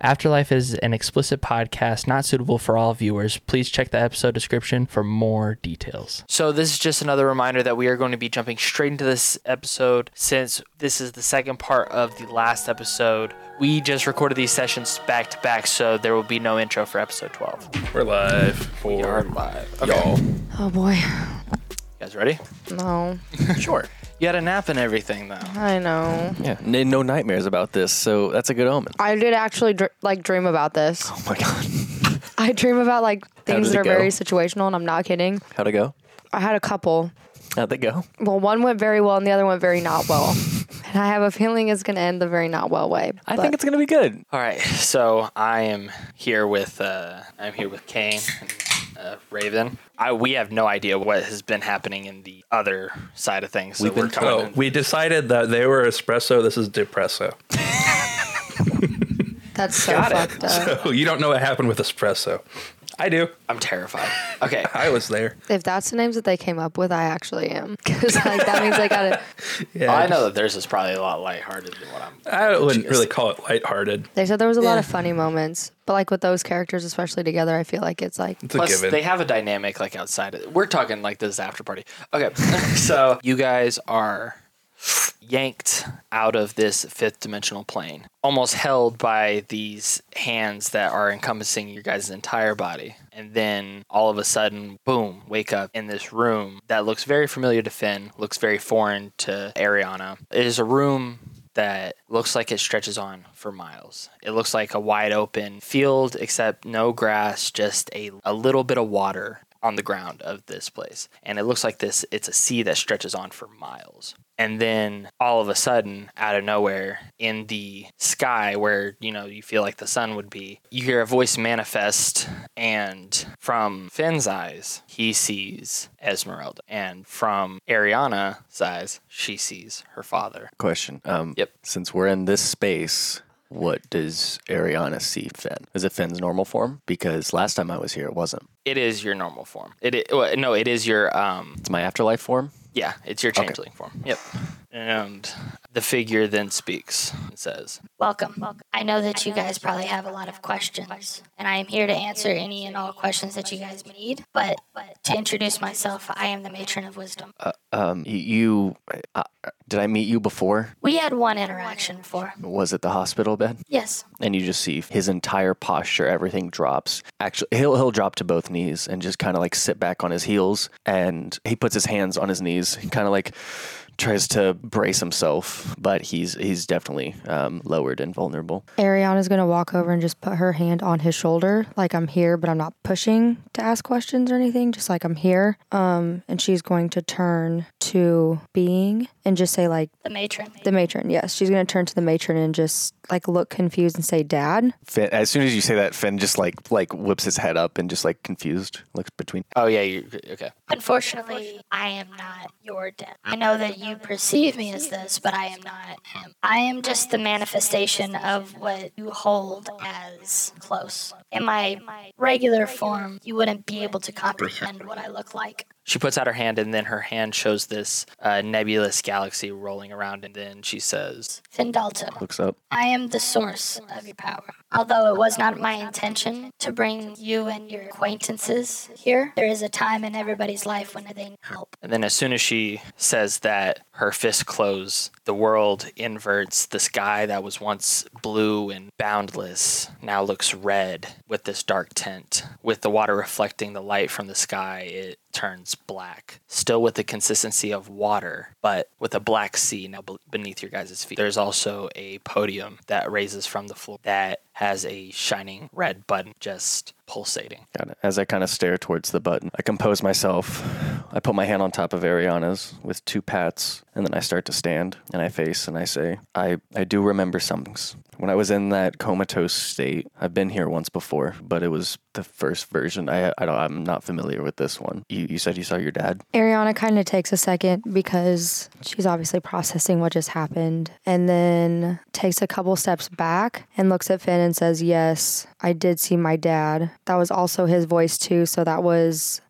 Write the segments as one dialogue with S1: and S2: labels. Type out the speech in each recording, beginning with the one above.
S1: Afterlife is an explicit podcast not suitable for all viewers. Please check the episode description for more details. So, this is just another reminder that we are going to be jumping straight into this episode since this is the second part of the last episode. We just recorded these sessions back to back, so there will be no intro for episode 12.
S2: We're live for
S1: We are live. Okay,
S2: y'all.
S3: Oh boy.
S1: you guys ready?
S3: No,
S2: Sure.
S1: You had a nap and everything, though.
S3: I know.
S2: Yeah. n- No nightmares about this, so that's a good omen.
S3: I did actually dr- like dream about this.
S2: Oh my god.
S3: I dream about like things
S2: did
S3: that
S2: it
S3: are very
S2: go?
S3: situational, and I'm not kidding.
S2: How'd it go?
S3: I had a couple.
S2: How'd they go?
S3: Well, one went very well, and the other went very not well. and I have a feeling it's gonna end the very not well way.
S2: I
S3: but-
S2: think it's gonna be good.
S1: All right, so I am here with uh, I'm here with Kane and uh, Raven. I we have no idea what has been happening in the other side of things. So
S2: We've been
S1: we're coming.
S4: Oh,
S1: in-
S4: we decided that they were espresso. This is depresso.
S3: that's so
S1: Got it.
S3: fucked up.
S4: Oh, you don't know what happened with espresso. I do.
S1: I'm terrified. Okay,
S4: I was there.
S3: If that's the names that they came up with, I actually am. Because like that means I gotta.
S4: Yeah,
S1: I know that theirs is probably a lot lighthearted than what I'm.
S4: I wouldn't really call it lighthearted.
S3: They said there was a lot of funny moments, but like with those characters, especially together, I feel like it's like
S4: It's a
S1: Plus,
S4: given.
S1: they have a dynamic like outside. Of, we're talking like this after party. Okay, so you guys are yanked out of this fifth dimensional plane, almost held by these hands that are encompassing your guys' entire body. And then all of a sudden, boom, wake up in this room that looks very familiar to Finn, looks very foreign to Ariana. It is a room that looks like it stretches on for miles. It looks like a wide open field, except no grass, just a, a little bit of water on the ground of this place. And it looks like this it's a sea that stretches on for miles. And then all of a sudden, out of nowhere, in the sky where, you know, you feel like the sun would be, you hear a voice manifest and from Finn's eyes, he sees Esmeralda. And from Ariana's eyes, she sees her father.
S2: Question. Um
S1: Yep.
S2: since we're in this space, what does Ariana see Finn? Is it Finn's normal form? Because last time I was here it wasn't.
S1: It is your normal form. It is, well, no, it is your um
S2: It's my afterlife form?
S1: yeah, it's your changeling form. Yep. And the figure then speaks and says,
S5: Welcome. Welcome. I know that you guys probably have a lot of questions, and I am here to answer any and all questions that you guys need. Uh, But, but to introduce myself, I am the matron of wisdom.
S2: Um y- you uh, did I meet you before?
S5: We had one interaction before.
S2: Was it the hospital bed?
S5: Yes.
S2: and you just see his entire posture everything drops actually he'll he'll drop to both knees and just kind of like sit back on his heels and he puts his hands on his knees kind of like tries to brace himself but he's he's definitely um, lowered and vulnerable
S3: Ariana's gonna walk over and just put her hand on his shoulder, like I'm here, but I'm not pushing to ask questions or anything, just like I'm here. Um, and she's going to turn to being and just say like
S5: The matron.
S3: the matron. Yes, she's gonna turn to the matron and just like look confused and say, "Dad."
S2: finn, as soon as you say that finn just like like whips his head up and just like confused looks between
S1: "Oh yeah, you okay.
S5: Unfortunately, I am not your dad. I know that you perceive me as this, but I am not him. I am just the manifestation of what you hold as close. In my regular form, you wouldn't be able to comprehend what I look like.
S1: She puts out her hand and then her hand shows this uh, nebulous galaxy rolling around and then she says,
S5: Finn Dalton.
S2: looks up
S5: I am the source of your power. Although it was not my intention to bring you and your acquaintances here, there is a time in everybody's life when they need help.
S1: and then as soon as she says that, her fists close, the world inverts, the sky that was once blue and boundless now looks red with this dark tint. With the water reflecting the light from the sky, it turns black, still with the consistency of water, but with a black sea now be- beneath your guys' feet. There's also a podium that raises from the floor that has a shining red button just pulsating.
S2: Got it. As I kind of stare towards the button, I compose myself. I put my hand on top of Ariana's with two pats, and then I start to stand and I face and I say, I, I do remember some things. When I was in that comatose state, I've been here once before, but it was the first version. I, I don't, I'm not familiar with this one. You, you said you saw your dad?
S3: Ariana kind of takes a second because she's obviously processing what just happened and then takes a couple steps back and looks at Finn and says, Yes, I did see my dad. That was also his voice, too. So that was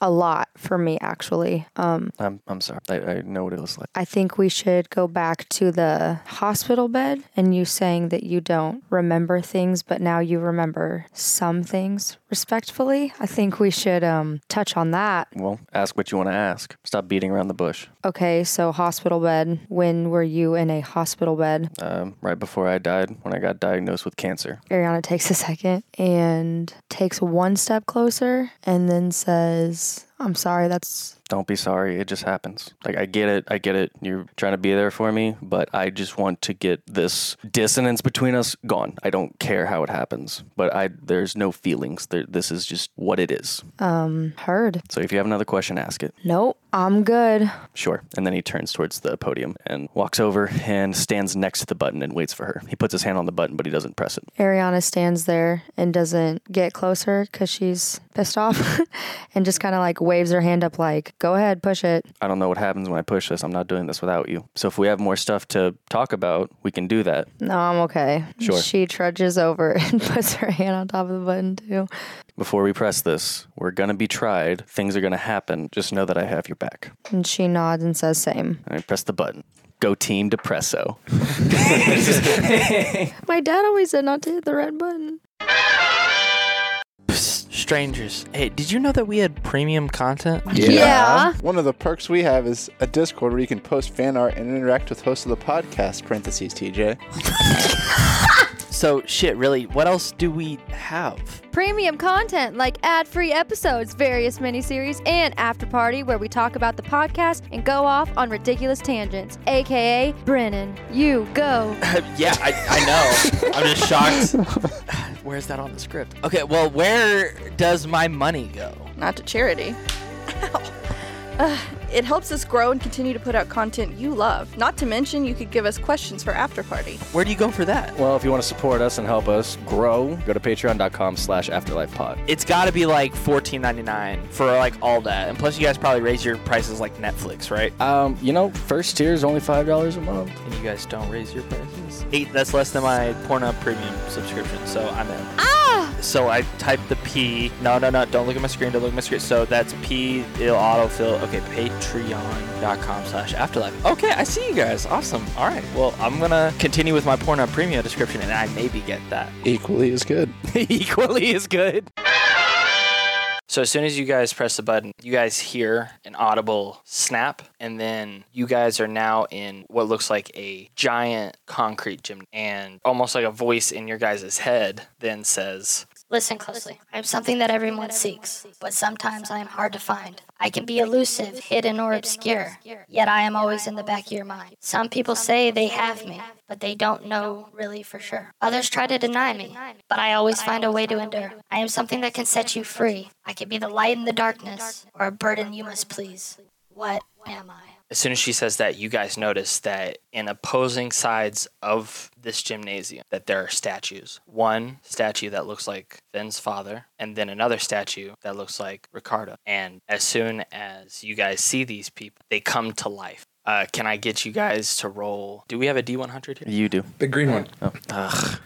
S3: a lot for me, actually. Um,
S2: I'm, I'm sorry. I, I know what it was like.
S3: I think we should go back to the hospital bed and you saying that you don't remember things, but now you remember some things respectfully. I think we should um, touch on that.
S2: Well, ask what you want to ask. Stop beating around the bush.
S3: Okay, so hospital bed. When were you in a hospital bed?
S2: Um, right before I died, when I got diagnosed with cancer.
S3: Ariana takes a second and takes one step closer and then says, I'm sorry, that's
S2: Don't be sorry. It just happens. Like, I get it. I get it. You're trying to be there for me, but I just want to get this dissonance between us gone. I don't care how it happens, but I there's no feelings. There, this is just what it is.
S3: heard.
S2: So if you have another question, ask it.
S3: Nope, I'm good.
S2: Sure. And then he turns towards the podium and walks over and stands next to the button and waits for her. He puts his hand on the button, but he doesn't press it.
S3: Ariana stands there and doesn't get closer because she's pissed off and just kind of like waves her hand up, like, go ahead, push it.
S2: I don't know what happens when I push this. I'm not doing this without you. So if we have more stuff to talk about, we can do that.
S3: No, I'm okay.
S2: Sure.
S3: She trudges over and puts her hand on top of the button, too.
S2: Before we press this, we're going to be tried. Things are going to happen. Just know that I have your back.
S3: And she nods and says, same.
S2: And I press the button. Go team depresso.
S3: My dad always said not to hit the red button.
S1: Psst, strangers. Hey, did you know that we had premium content?
S3: Yeah.
S6: Uh, One of the perks we have is a Discord where you can post fan art and interact with hosts of the podcast, parentheses TJ.
S1: So, shit, really, what else do we have?
S7: Premium content like ad free episodes, various miniseries, and After Party, where we talk about the podcast and go off on ridiculous tangents. AKA Brennan, you go.
S1: Uh, yeah, I, I know. I'm just shocked. Where's that on the script? Okay, well, where does my money go?
S8: Not to charity. Ow. Ugh, it helps us grow and continue to put out content you love. Not to mention, you could give us questions for After Party.
S1: Where do you go for that?
S2: Well, if you want to support us and help us grow, go to patreon.com slash afterlifepod.
S1: It's got to be like $14.99 for like all that. And plus, you guys probably raise your prices like Netflix, right?
S2: Um, you know, first tier is only $5 a month.
S1: And you guys don't raise your prices? Eight, that's less than my Pornhub premium subscription, so I'm in.
S7: Ah!
S1: So I type the P. No, no, no. Don't look at my screen. Don't look at my screen. So that's P. It'll autofill. Okay, patreon.com slash afterlife. Okay, I see you guys. Awesome. All right. Well, I'm going to continue with my Pornhub Premium description, and I maybe get that.
S6: Equally as good.
S1: Equally as good. So as soon as you guys press the button, you guys hear an audible snap, and then you guys are now in what looks like a giant concrete gym, and almost like a voice in your guys' head then says,
S5: Listen closely. I'm something that everyone seeks, but sometimes I am hard to find. I can be elusive, hidden, or obscure, yet I am always in the back of your mind. Some people say they have me, but they don't know really for sure. Others try to deny me, but I always find a way to endure. I am something that can set you free. I can be the light in the darkness, or a burden you must please. What am I?
S1: As soon as she says that, you guys notice that in opposing sides of this gymnasium that there are statues. One statue that looks like Finn's father, and then another statue that looks like Ricardo. And as soon as you guys see these people, they come to life. Uh, can I get you guys to roll? Do we have a D100 here?
S2: You do.
S4: The green one.
S2: Ugh.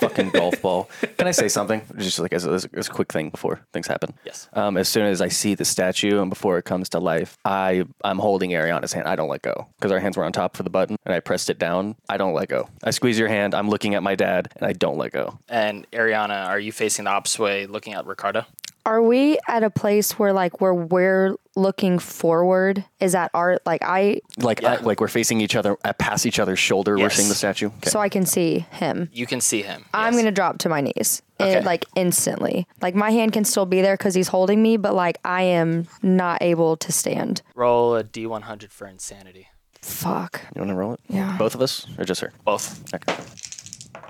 S2: Fucking golf ball. Can I say something? Just like as a, as a quick thing before things happen.
S1: Yes.
S2: Um, as soon as I see the statue and before it comes to life, I I'm holding Ariana's hand. I don't let go because our hands were on top for the button, and I pressed it down. I don't let go. I squeeze your hand. I'm looking at my dad, and I don't let go.
S1: And Ariana, are you facing the opposite way looking at Ricardo?
S3: Are we at a place where like where we're looking forward? Is that art? Like, I,
S2: Like I, like we're facing each other, uh, past each other's shoulder. We're
S1: Yes.
S2: seeing the statue. 'Kay.
S3: so I can see him.
S1: You can see him.
S3: I'm
S1: Yes.
S3: gonna drop to my knees,
S1: Okay.
S3: and, like instantly. Like my hand can still be there because he's holding me, but like I am not able to stand.
S1: roll a D100 for insanity.
S3: Fuck.
S2: you want to roll it?
S3: Yeah.
S2: Both of us or just her?
S1: Both.
S2: Okay.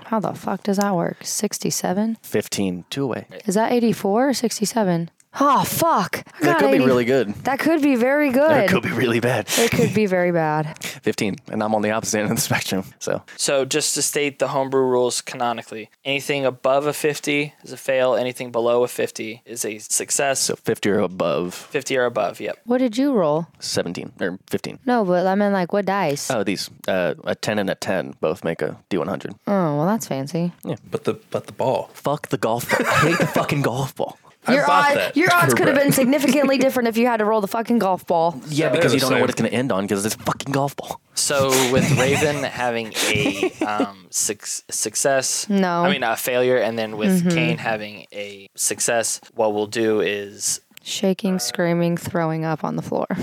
S3: How the fuck does that work? 67?
S2: Fifteen. Two away.
S3: Is that 84 or 67? Oh, fuck. I got
S2: That could be
S3: 80.
S2: really good.
S3: That could be very good.
S2: Or it could be really bad.
S3: It could be very bad.
S2: 15, and I'm on the opposite end of the spectrum. So
S1: So just to state the homebrew rules canonically, anything above a 50 is a fail. Anything below a 50 is a success.
S2: so 50 or above,
S1: 50 or above, yep.
S3: What did you roll?
S2: 17 or 15.
S3: No, but I mean, like, what dice?
S2: Oh, these uh, a 10 and a 10 both make a D100.
S3: oh well, that's fancy.
S4: But the but the ball.
S2: Fuck the golf ball. I hate the fucking golf ball.
S4: I
S3: your
S4: bought
S3: odds,
S4: that
S3: your odds
S4: for
S3: could have
S4: Brett.
S3: been significantly different if you had to roll the fucking golf ball.
S2: Yeah,
S4: They're
S2: because you
S4: the
S2: don't know
S4: same.
S2: what it's going to end on because it's a fucking golf ball.
S1: So with Raven having a um, suc success,
S3: No. Mm-hmm.
S1: I mean a failure, and then with Kane having a success, what we'll do is
S3: Shaking, screaming, throwing up on the floor.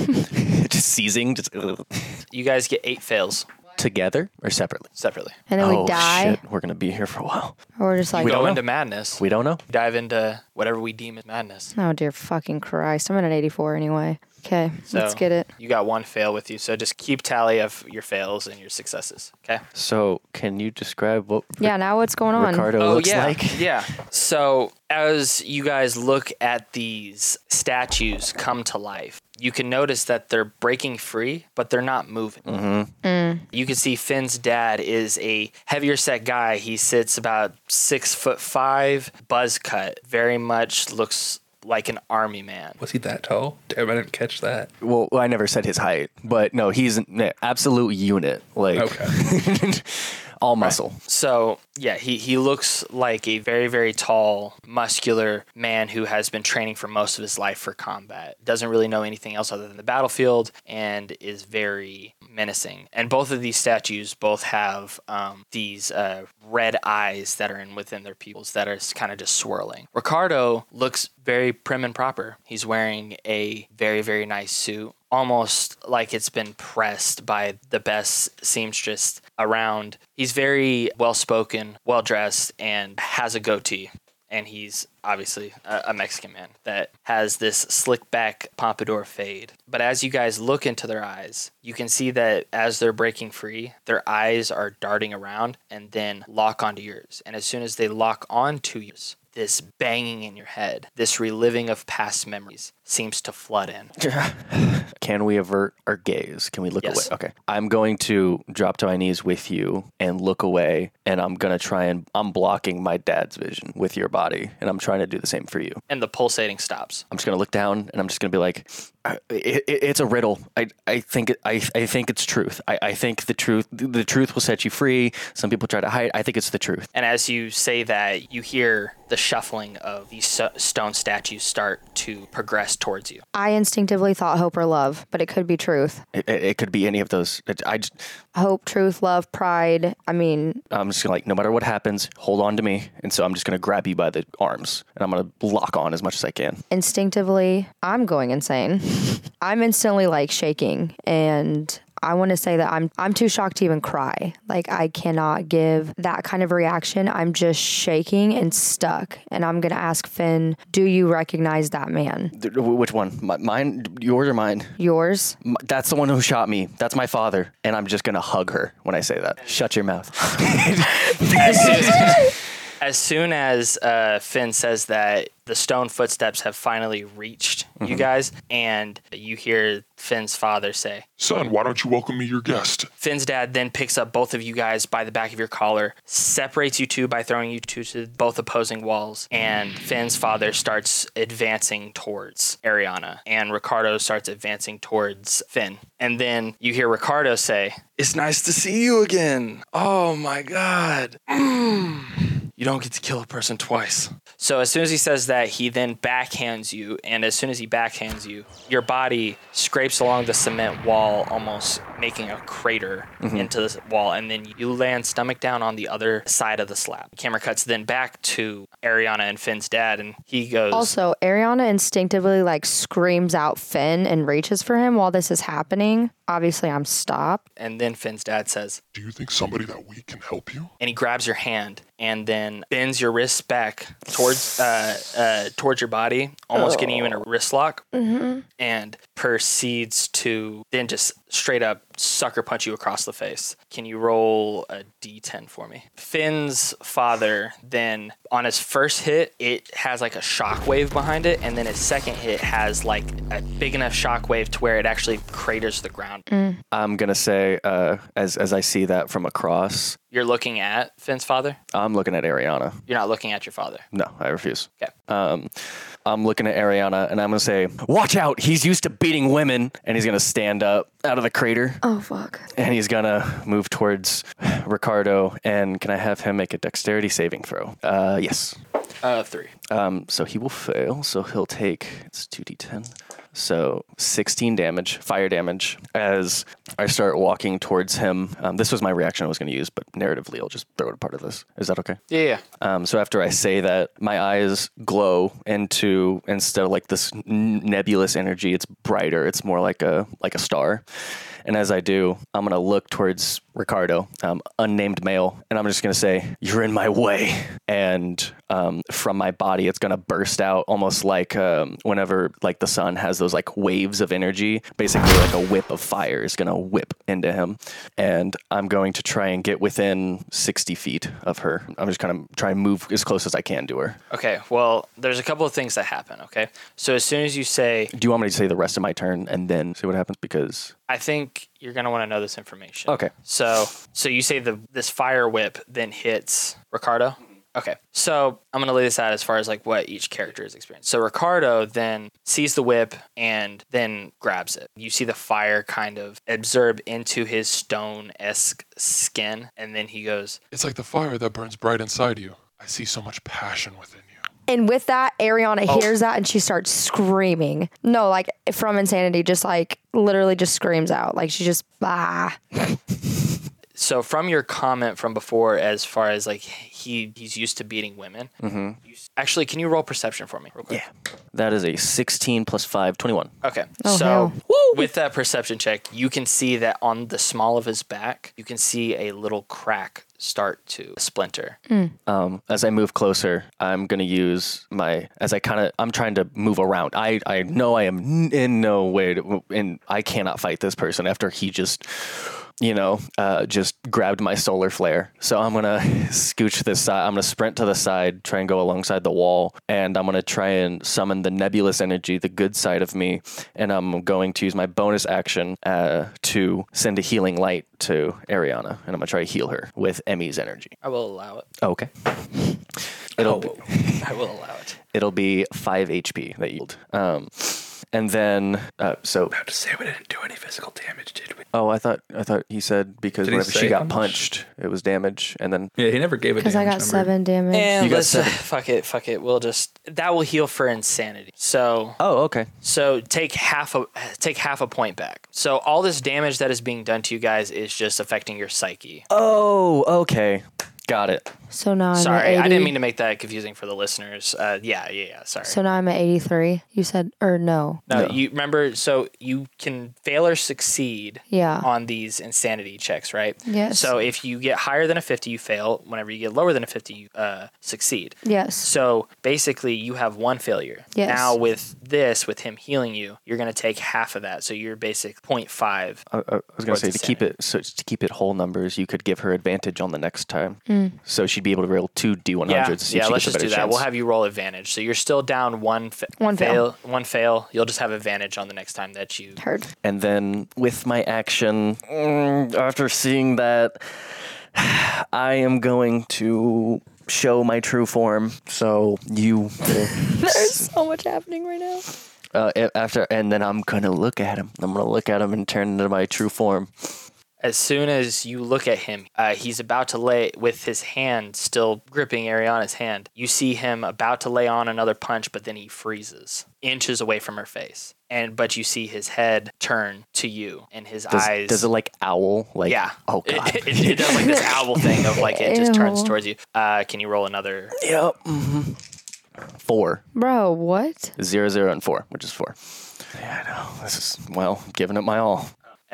S2: just seizing, just ugh.
S1: you guys get eight fails
S2: together or separately.
S1: separately.
S3: And then
S2: oh,
S3: we die.
S2: Shit. We're going to be here for a while.
S3: Or we're just like,
S1: We go
S2: know.
S1: into madness.
S2: We don't know.
S1: dive into whatever we deem as madness.
S3: oh dear fucking Christ. I'm at an 84 anyway. Okay, let's
S1: So,
S3: get it.
S1: You got one fail with you, so just keep tally of your fails and your successes. Okay.
S2: So, can you describe what
S3: Yeah, now what's going on?
S2: Ricardo looks
S1: Oh, yeah,
S2: like?
S1: yeah. So as you guys look at these statues come to life, you can notice that they're breaking free, but they're not moving.
S2: Mm-hmm.
S1: You can see Finn's dad is a heavier set guy. He sits about six foot five, buzz cut, very much looks like an army man.
S4: Was he that tall? Damn, I didn't catch that.
S2: Well, I never said his height, but no, he's an absolute unit. Like, all muscle.
S1: So yeah, he, he looks like a very, very tall, muscular man who has been training for most of his life for combat. Doesn't really know anything else other than the battlefield and is very menacing. And both of these statues both have um, these uh, red eyes that are in within their pupils that are kind of just swirling. Ricardo looks very prim and proper. He's wearing a very, very nice suit almost like it's been pressed by the best seamstress around. He's very well spoken, well dressed, and has a goatee. And he's obviously a, a Mexican man that has this slick back pompadour fade. But as you guys look into their eyes, you can see that as they're breaking free, their eyes are darting around and then lock onto yours. And as soon as they lock onto yours, this banging in your head, this reliving of past memories seems to flood in.
S2: Can we avert our gaze? Can we look
S1: Yes.
S2: away? Okay. I'm going to drop to my knees with you and look away, and I'm going to try and I'm blocking my dad's vision with your body, and I'm trying to do the same for you.
S1: and the pulsating stops.
S2: I'm just going to look down, and I'm just going to be like, I- it, it, "It's a riddle. I, I think it, I, I think it's truth. I, I think the truth the truth will set you free. Some people try to hide. I think it's the truth."
S1: And as you say that, you hear the shuffling of these so- stone statues start to progress towards you.
S3: I instinctively thought hope or love, but it could be truth.
S2: It, it, it could be any of those. It, I just,
S3: Hope, truth, love, pride. I mean,
S2: I'm just gonna like, no matter what happens, hold on to me. And so I'm just gonna grab you by the arms and I'm gonna lock on as much as I can.
S3: instinctively, I'm going insane. I'm instantly like shaking and I want to say that I'm I'm too shocked to even cry. Like I cannot give that kind of reaction. I'm just shaking and stuck. And I'm going to ask Finn, "Do you recognize that man?"
S2: Th- wh- Which one? Mi- Mine, yours or mine?
S3: Yours?
S2: M- That's the one who shot me. That's my father. And I'm just gonna hug her when I say that. Shut your mouth.
S1: As soon as uh, Finn says that, the stone footsteps have finally reached you guys, and you hear Finn's father say,
S9: Son, why don't you welcome me your guest?
S1: Finn's dad then picks up both of you guys by the back of your collar, separates you two by throwing you two to both opposing walls, and Finn's father starts advancing towards Ariana, and Ricardo starts advancing towards Finn. And then you hear Ricardo say, It's nice to see you again. Oh my God. Mm. You don't get to kill a person twice. So as soon as he says that, he then backhands you, and as soon as he backhands you, your body scrapes along the cement wall, almost making a crater into this wall, and then you land stomach down on the other side of the slab. Camera cuts then back to Ariana and Finn's dad, and he goes,
S3: Also, Ariana instinctively like screams out Finn and reaches for him while this is happening. Obviously, I'm stopped.
S1: and then Finn's dad says,
S9: Do you think somebody that weak can help you?
S1: and he grabs your hand and then bends your wrists back towards uh, uh, towards your body, almost getting you in a wrist lock, and proceeds to then just straight up sucker punch you across the face. Can you roll a d10 for me? Finn's father then on his first hit, it has like a shockwave behind it, and then his second hit has like a big enough shockwave to where it actually craters the ground.
S2: I'm gonna say, uh, as as I see that from across,
S1: You're looking at Finn's father.
S2: I'm looking at Ariana.
S1: You're not looking at your father.
S2: No, I refuse.
S1: Okay.
S2: Um, I'm looking at Ariana and I'm gonna say, "Watch out! He's used to beating women." And he's gonna stand up out of the crater
S3: Oh fuck.
S2: and he's gonna move towards Ricardo. And can I have him make a dexterity saving throw? Uh, yes.
S1: Uh, three.
S2: Um, so he will fail. So he'll take it's two d10. So 16 damage, fire damage, as I start walking towards him. Um, this was my reaction I was going to use, but narratively, I'll just throw it a part of this. Is that okay?
S1: Yeah, yeah.
S2: Um, so after I say that, my eyes glow into instead of like this n- nebulous energy, it's brighter. It's more like a like a star. And as I do, I'm gonna look towards Ricardo, um, unnamed male, and I'm just gonna say, "You're in my way." And um, from my body, it's gonna burst out, almost like um, whenever like the sun has those like waves of energy. Basically, like a whip of fire is gonna whip into him, and I'm going to try and get within 60 feet of her. I'm just gonna try and move as close as I can to her.
S1: Okay. Well, there's a couple of things that happen. Okay. So as soon as you say,
S2: Do you want me to say the rest of my turn and then see what happens? Because
S1: I think you're gonna want to know this information.
S2: Okay.
S1: So so you say the this fire whip then hits Ricardo. Okay. So I'm gonna lay this out as far as like what each character is experiencing. So Ricardo then sees the whip and then grabs it. You see the fire kind of absorb into his stone esque skin, and then he goes,
S9: It's like the fire that burns bright inside you. I see so much passion within you.
S3: And with that, Ariana
S1: Oh.
S3: hears that and she starts screaming. No, like from insanity, just like literally just screams out. Like she just ah.
S1: so from your comment from before as far as like he he's used to beating women
S2: Mm-hmm.
S1: you s- actually can you roll perception for me real quick
S2: that is a 16 plus 5, 21.
S1: okay
S3: Oh,
S1: so
S3: hell.
S1: with that perception check you can see that on the small of his back you can see a little crack start to splinter
S3: Mm.
S2: Um, as I move closer, I'm gonna use my as I kind of I'm trying to move around. I I know I am n- in no way to, and I cannot fight this person after he just you know uh, just grabbed my solar flare. So I'm gonna scooch this side. I'm gonna sprint to the side, try and go alongside the wall, and I'm gonna try and summon the nebulous energy, the good side of me, and I'm going to use my bonus action uh, to send a healing light to Ariana, and I'm gonna try to heal her with Emmy's energy.
S1: i will allow it
S2: Oh, Okay. It'll be,
S1: i will allow it
S2: it'll be five HP that yield. Um, and then uh, so
S4: About to say we didn't do any physical damage, did we?
S2: oh I thought I thought he said because
S4: Did he
S2: whenever she
S4: say
S2: got
S4: how much?
S2: punched it was damage and then
S4: Yeah, he never gave a
S3: Because I got seven damage.
S1: and
S7: Eh.
S2: You got
S1: let's
S2: seven.
S1: fuck it fuck it we'll just that will heal for insanity so
S2: oh okay
S1: So take half a take half a point back. So all this damage that is being done to you guys is just affecting your psyche.
S2: oh okay got it
S3: so now I'm at
S1: sorry,
S3: 80.
S1: I didn't mean to make that confusing for the listeners. Uh, yeah, yeah, yeah. Sorry.
S3: So now I'm at 83. You said or no.
S1: no, you remember. So you can fail or succeed.
S3: Yeah.
S1: On these insanity checks, right?
S3: Yes.
S1: So if you get higher than a fifty, you fail. Whenever you get lower than a fifty, you uh, succeed.
S3: Yes.
S1: So basically, you have one failure.
S3: Yes.
S1: Now with this, with him healing you, you're going to take half of that. So you're basic 0.5
S2: I, I was gonna
S1: What's
S2: say
S1: the
S2: to keep it so to keep it whole numbers you could give her advantage on the next time so she'd be able to roll two d one
S1: Yeah,
S2: hundreds to see
S1: yeah
S2: if she
S1: let's
S2: gets a
S1: just
S2: better
S1: do that.
S2: chance
S1: We'll have you roll advantage. So you're still down one, fa-
S3: One fail.
S1: One fail. You'll just have advantage on the next time that you.
S3: Heard.
S2: and then with my action mm, after seeing that i am going to show my true form so you
S7: There's so much happening right now.
S2: uh, a- after and then i'm gonna look at him i'm gonna look at him and turn into my true form
S1: As soon as you look at him, uh, he's about to lay with his hand still gripping Ariana's hand. You see him about to lay on another punch, but then he freezes inches away from her face, and but you see his head turn to you, and his
S2: does,
S1: eyes.
S2: does it like owl like
S1: yeah.
S2: oh god
S1: It, it, it does like this owl thing of like it just turns
S3: Ew.
S1: towards you. Uh, can you roll another?
S2: yep mhm. four
S3: Bro, what?
S2: zero zero and four which is four yeah i know this is well giving it my all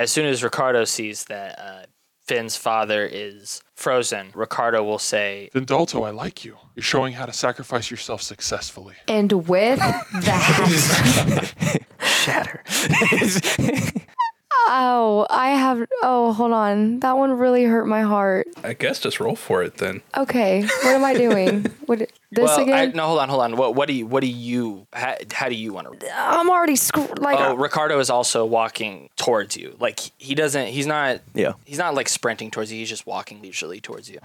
S1: As soon as Ricardo sees that uh, Finn's father is frozen, Ricardo will say,
S9: Dindalto, I like you. You're showing how to sacrifice yourself successfully.
S3: And with that,
S2: shatter
S3: Oh, I have. Oh, hold on. That one really hurt my heart.
S10: I guess just roll for it then.
S3: Okay, what am I doing? what this
S1: well,
S3: again?
S1: I, no, hold on, hold on. What, what do you? What do you? How, how do you want to?
S3: I, am already scr- like.
S2: uh,
S1: oh, Ricardo is also walking towards you. Like he doesn't. He's not.
S2: Yeah.
S1: He's not like sprinting towards you. He's just walking leisurely towards you.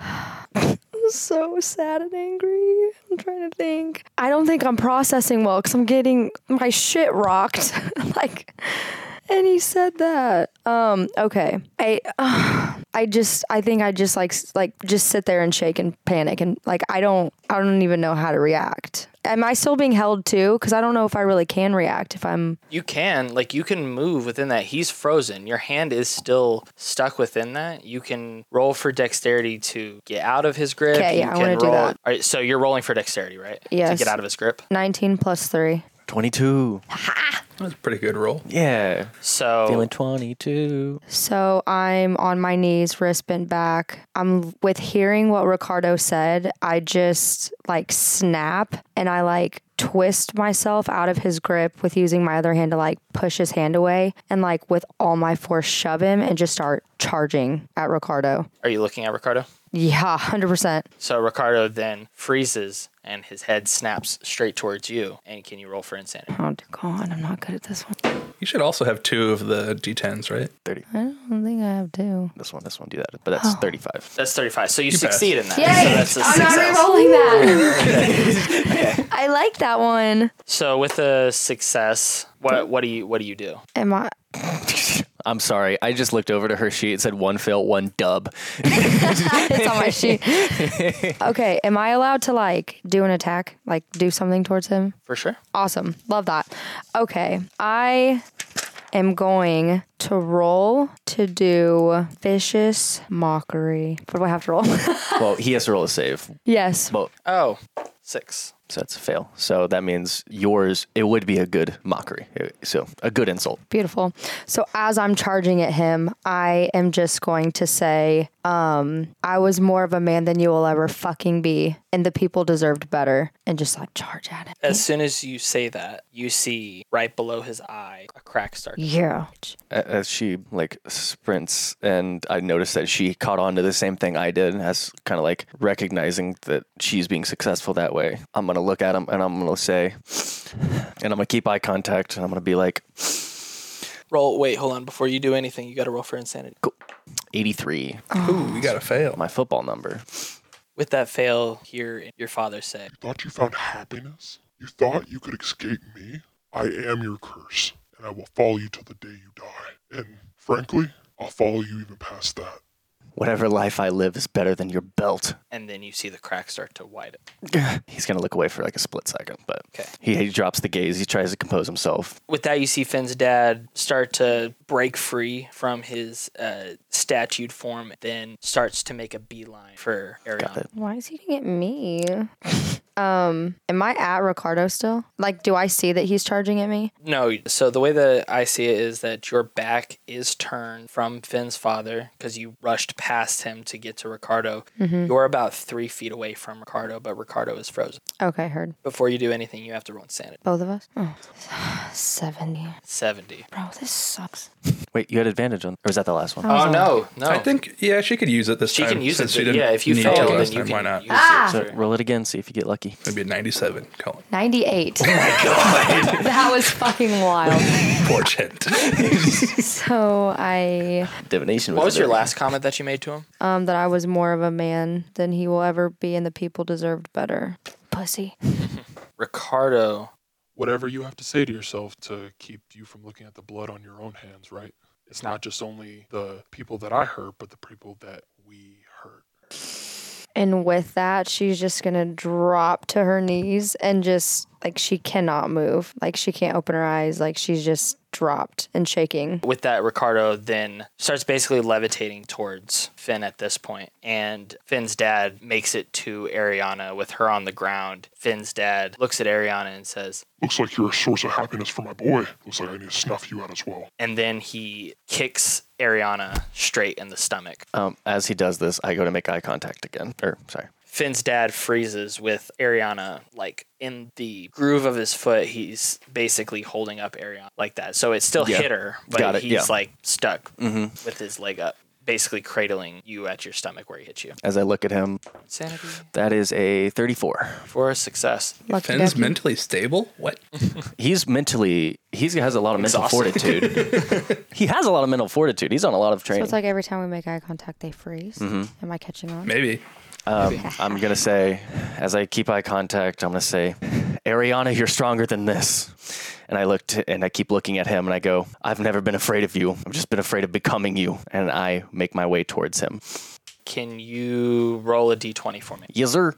S3: I'm so sad and angry. I'm trying to think. I don't think I'm processing well because I'm getting my shit rocked. like, and he said that. Um. Okay. I. I just. I think I just like s- like just sit there and shake and panic and like I don't. I don't even know how to react. Am I still being held too? Because I don't know if I really can react. If I'm.
S1: You can like you can move within that. He's frozen. Your hand is still stuck within that. You can roll for dexterity to get out of his grip.
S3: Okay,
S1: you
S3: yeah, I
S1: can
S3: wanna do
S1: roll-
S3: that.
S1: All right, so you're rolling for dexterity, right?
S3: Yes.
S1: To get out of his grip.
S3: Nineteen plus three.
S2: 22.
S10: That's a pretty good roll.
S2: Yeah.
S1: So
S2: Feeling 22.
S3: So I'm on my knees, wrist bent back. I'm with hearing what Ricardo said. I just like snap and I like twist myself out of his grip with using my other hand to like push his hand away and like with all my force shove him and just start charging at Ricardo.
S1: Are you looking at Ricardo?
S3: Yeah, 100%.
S1: So Ricardo then freezes and his head snaps straight towards you. And can you roll for insanity?
S3: Oh, dear God, I'm not good at this one.
S10: You should also have two of the D10s, right?
S2: 30.
S3: I don't think I have two.
S2: This one, this one, do that. But that's 35.
S1: That's 35. So you,
S10: You passed.
S1: succeed in that.
S3: Yay!
S1: So that's a
S3: I'm not
S1: success.
S3: re-rolling that. I like that one.
S1: So with a success, what what do you what do you do?
S3: Am I?
S2: I'm sorry. I just looked over to her sheet. It said one fail, one dub.
S3: it's on my sheet. Okay, am I allowed to like do an attack? Like do something towards him?
S1: For sure.
S3: Awesome. Love that. Okay, I am going to roll to do vicious mockery. What do I have to roll?
S2: well, he has to roll a save.
S3: yes.
S2: Well,
S1: Oh, six.
S2: so that's a fail. So that means yours, it would be a good mockery. It- So a good insult.
S3: Beautiful. So as I'm charging at him, I am just going to say, um, I was more of a man than you will ever fucking be, and the people deserved better, and just like charge at it.
S1: As soon as you say that, you see right below his eye a crack start.
S3: Yeah.
S2: A- As she like sprints, and I noticed that she caught on to the same thing I did, as kind of like recognizing that she's being successful that way. I'm gonna look at him and I'm gonna say, and I'm gonna keep eye contact, and I'm gonna be like,
S1: Roll. Wait, hold on. Before you do anything, you got to roll for insanity.
S2: 83,
S10: Ooh, you gotta fail.
S2: my football number.
S1: With that fail, hear your father say,
S9: Thought you found happiness? You thought you could escape me? I am your curse, and I will follow you till the day you die. And frankly, I'll follow you even past that.
S2: Whatever life I live is better than your belt.
S1: and then you see the crack start to widen.
S2: He's gonna look away for like a split second, but
S1: Okay.
S2: he, he drops the gaze. He tries to compose himself.
S1: with that, you see Finn's dad start to break free from his uh, statued form, then starts to make a beeline for
S2: Got
S1: Ariana.
S2: it.
S3: Why is he getting at me? um, am I at Ricardo still? Like, do I see that he's charging at me?
S1: No, so the way that I see it is that your back is turned from Finn's father because you rushed past him to get to Ricardo. You're about three feet away from Ricardo, but Ricardo is frozen.
S3: Okay, heard.
S1: Before you do anything, you have to roll insanity.
S3: Both of us? Oh. 70.
S1: 70.
S3: Bro, this sucks.
S2: Wait, you had advantage on, or was that the last one?
S3: Oh,
S1: Oh, no, no.
S10: I think yeah, she could use it this
S1: she
S10: time.
S1: can use it.
S10: since She
S1: but
S10: didn't
S1: yeah, if you
S10: need
S1: fail,
S10: to
S1: then
S10: last
S1: you
S10: time,
S1: can
S10: why not?
S1: use ah!
S2: So roll it again, see if you get lucky.
S10: Maybe a 97, Colin.
S3: 98. Oh my god. that was fucking wild.
S10: Fortunate.
S3: So I
S2: Divination.
S1: What was your
S2: there.
S1: last comment that you made to him?
S3: um that I was more of a man than he will ever be and the people deserved better. Pussy.
S1: Ricardo
S9: Whatever you have to say to yourself to keep you from looking at the blood on your own hands, right? It's not just only the people that I hurt, but the people that we hurt.
S3: And with that, she's just gonna drop to her knees and just like she cannot move. Like she can't open her eyes. Like she's just dropped and shaking.
S1: with that, Ricardo then starts basically levitating towards Finn at this point, and Finn's dad makes it to Ariana with her on the ground. Finn's dad looks at Ariana and says,
S9: Looks like you're a source of happiness for my boy. Looks like I need to snuff you out as well.
S1: and then he kicks Ariana straight in the stomach.
S2: Um, as he does this, I go to make eye contact again. Or sorry,
S1: Finn's dad freezes with Ariana like in the groove of his foot. He's basically holding up Ariana like that, so it still
S2: Yeah.
S1: hit her, but
S2: Got it,
S1: he's
S2: yeah.
S1: like stuck
S2: Mhm.
S1: with his leg up, basically cradling you at your stomach where he hit you.
S2: As I look at him,
S1: Sanity.
S2: that is a 34.
S1: For a success.
S3: Lucky
S10: Finn's
S3: ducky.
S10: mentally stable. What?
S2: He's mentally, he has a lot of mental
S10: Exhausted.
S2: fortitude. he has a lot of mental fortitude. He's on a lot of
S3: So
S2: training.
S3: it's like every time we make eye contact, they freeze.
S2: Mhm.
S1: Mm-hmm.
S3: Am I catching on?
S10: Maybe.
S2: Um, I'm gonna say, as I keep eye contact, I'm gonna say, Ariana, you're stronger than this. And I looked, and I keep looking at him, and I go, I've never been afraid of you. I've just been afraid of becoming you. And I make my way towards him.
S1: Can you roll a d20 for me?
S2: Yes, sir.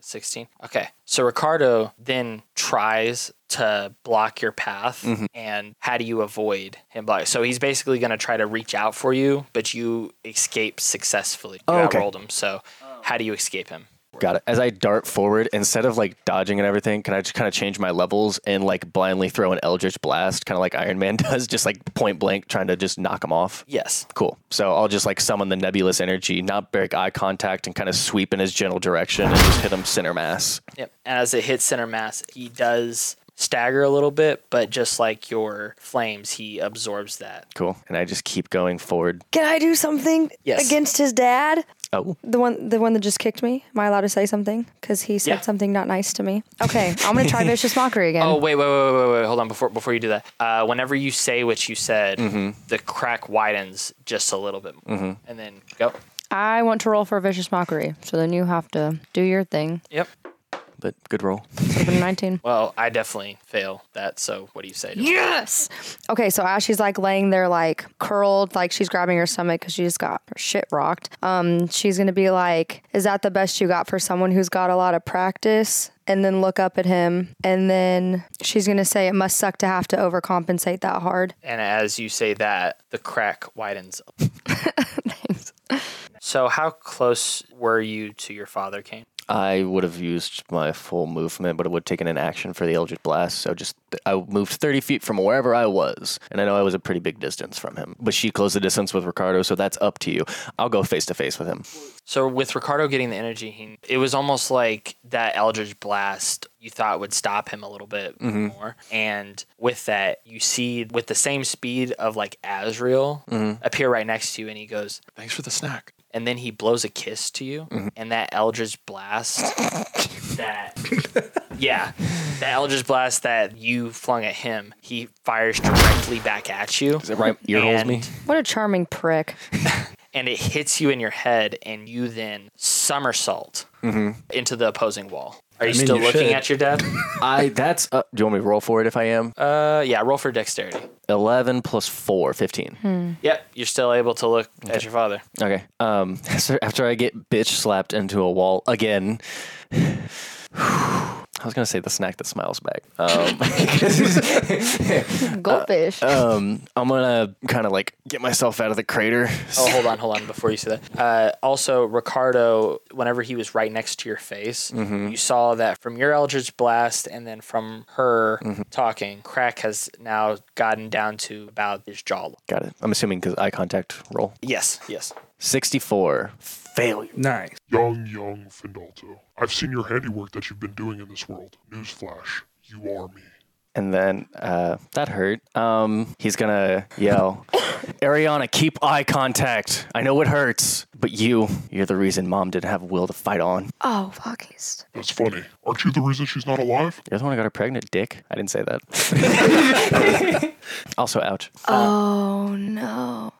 S1: 16. Okay. So Ricardo then tries to block your path.
S2: Mhm.
S1: And how do you avoid him block? So he's basically going to try to reach out for you, but you escape successfully. You
S2: Oh, okay.
S1: outrolled him. So how do you escape him?
S2: Got it. As I dart forward, instead of like dodging and everything, can I just kind of change my levels and like blindly throw an Eldritch blast, kind of like Iron Man does, just like point blank, trying to just knock him off?
S1: Yes.
S2: Cool. So I'll just like summon the nebulous energy, not break eye contact, and kind of sweep in his general direction and just hit him center mass.
S1: Yep. As it hits center mass, he does stagger a little bit, but just like your flames, he absorbs that.
S2: Cool. And I just keep going forward.
S3: Can I do something
S1: Yes.
S3: against his dad?
S2: Oh,
S3: The one, the one that just kicked me. Am I allowed to say something? Because he said
S1: Yeah.
S3: something not nice to me. Okay, I'm gonna try vicious mockery again.
S1: Oh wait, wait, wait, wait, wait, wait! Hold on before before you do that. Uh, whenever you say what you said,
S2: Mhm.
S1: the crack widens just a little bit, more.
S2: Mhm.
S1: and then go.
S3: I want to roll for vicious mockery, so then you have to do your thing.
S1: Yep.
S2: but good roll.
S3: Should've been 19.
S1: Well, I definitely fail that. So what do you say? To me?
S3: Yes. Okay, so as she's like laying there, like curled, like she's grabbing her stomach because she just got her shit rocked. Um, she's gonna be like, "Is that the best you got for someone who's got a lot of practice?" And then look up at him, and then she's gonna say, "It must suck to have to overcompensate that hard."
S1: And as you say that, the crack widens. Thanks. So how close were you to your father, Kane?
S2: I would have used my full movement, but it would have taken an action for the Eldritch Blast. So just I moved 30 feet from wherever I was, and I know I was a pretty big distance from him. But she closed the distance with Ricardo, so that's up to you. I'll go face to face with him.
S1: So with Ricardo getting the energy, he, it was almost like that Eldritch blast you thought would stop him a little bit
S4: Mm-hmm.
S2: Mhm.
S1: more. And with that, you see with the same speed of like Azrael
S2: Mhm.
S1: appear right next to you, and he goes,
S4: Mm-hmm. Thanks for the snack. Mm-hmm.
S1: and then he blows a kiss to you, and that Eldritch blast, that yeah, that Eldritch blast that you flung at him, he fires directly back at you.
S2: Is that right? Ear holes
S1: And-
S2: me.
S3: What a charming prick!
S1: and it hits you in your head, and you then somersault into the opposing wall. Are you
S10: mean,
S1: still
S10: you
S1: looking
S10: should.
S1: at your dad?
S2: I that's uh, do you want me to roll for it if I am?
S1: Uh, yeah. Roll for dexterity.
S2: 11 plus 4, 15.
S1: Yep, you're still able to look at your father.
S2: Okay. Um so after I get bitch slapped into a wall again. I was gonna say the snack that smiles back. Um,
S3: Goldfish.
S1: Uh,
S2: um, I'm gonna kind of like get myself out of the crater.
S1: Oh, hold on, hold on. Before you say that, uh, also Ricardo, whenever he was right next to your face, you saw that from your Eldritch blast, and then from her talking, crack has now gotten down to about his jaw.
S2: Got it. I'm assuming because eye contact roll.
S1: Yes, yes.
S2: 64 failure.
S10: Nice.
S9: Young, young Findalto, I've seen your handiwork that you've been doing in this world. Newsflash, you are me.
S2: And then uh, that hurt. Um, he's gonna yell, Ariana, keep eye contact. I know it hurts, but you, you're the reason mom didn't have will to fight on.
S3: oh fuck, he's
S9: That's funny. Aren't you the reason she's not alive?
S2: You're the one who got her pregnant, dick. I didn't say that. also, ouch.
S3: oh no.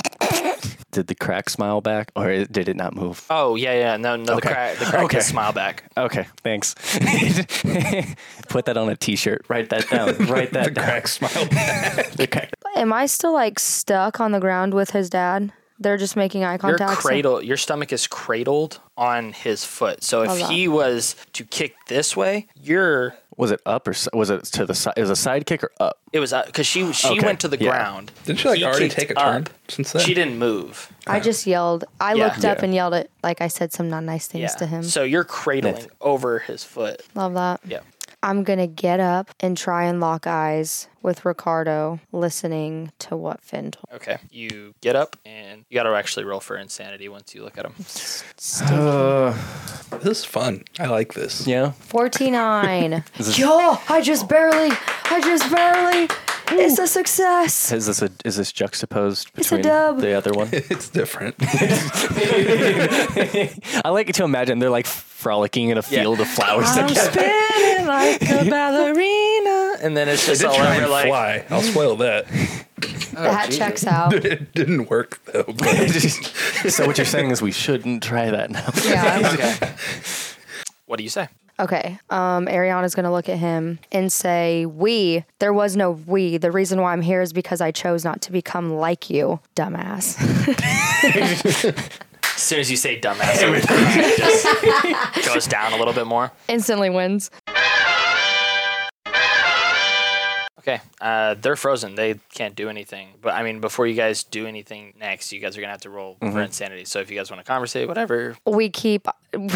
S2: Did the crack smile back or did it not move?
S1: Oh yeah, yeah. No, no.
S2: Okay.
S1: The crack, the crack
S2: Okay.
S1: has smile back.
S2: Okay, thanks. Put that on a t shirt. Write that down. Write that down.
S10: Crack smile. back.
S2: The crack.
S3: Am I still like stuck on the ground with his dad? They're just making eye
S1: Your
S3: contact. so-
S1: cradle, your stomach is cradled on his foot. So if
S3: Hold on.
S1: he was to kick this way, you're
S2: Was it up or s- was it to the side? It was a side kick or up?
S1: It was because she she
S2: Okay,
S1: went to the
S2: yeah.
S1: ground.
S10: Didn't she, like,
S1: He
S10: already
S1: kicked
S10: take a turn
S1: up.
S10: since then?
S1: She didn't move.
S3: I just yelled. I
S1: Yeah.
S3: looked up
S2: Yeah.
S3: and yelled at like I said some not nice things
S1: Yeah.
S3: to him.
S1: So you're cradling over his foot.
S3: Love that.
S1: Yeah.
S3: I'm going to get up and try and lock eyes with Ricardo, listening to what Finn told
S1: Okay. You get up and you got to actually roll for insanity once you look at him.
S10: this is fun. I like this.
S2: Yeah.
S3: 49.
S2: Is this-
S3: Yo, I just barely, I just barely. It's a success.
S2: Is this a is this juxtaposed
S3: It's a
S2: between
S3: dub.
S2: the other one?
S10: it's different.
S2: I like to imagine they're like frolicking in a field of flowers. together.
S1: spinning like a ballerina. And then it's
S10: I
S1: just
S10: did
S1: all
S10: try
S1: over
S10: and
S1: like.
S10: fly. I'll spoil that.
S3: that checks out.
S10: it didn't work though. But
S2: so what you're saying is we shouldn't try that now.
S3: Yeah.
S1: Okay. What do you say?
S3: Okay. Um, Ariana's going to look at him and say, We, there was no we. The reason why I'm here is because I chose not to become like you, dumbass.
S1: As soon as you say dumbass, everything just goes down a little bit more.
S3: Instantly wins.
S1: Okay, uh, they're frozen. They can't do anything. But I mean, before you guys do anything next, you guys are gonna have to roll for
S2: Mhm.
S1: insanity. So if you guys want to conversate, whatever.
S3: We keep.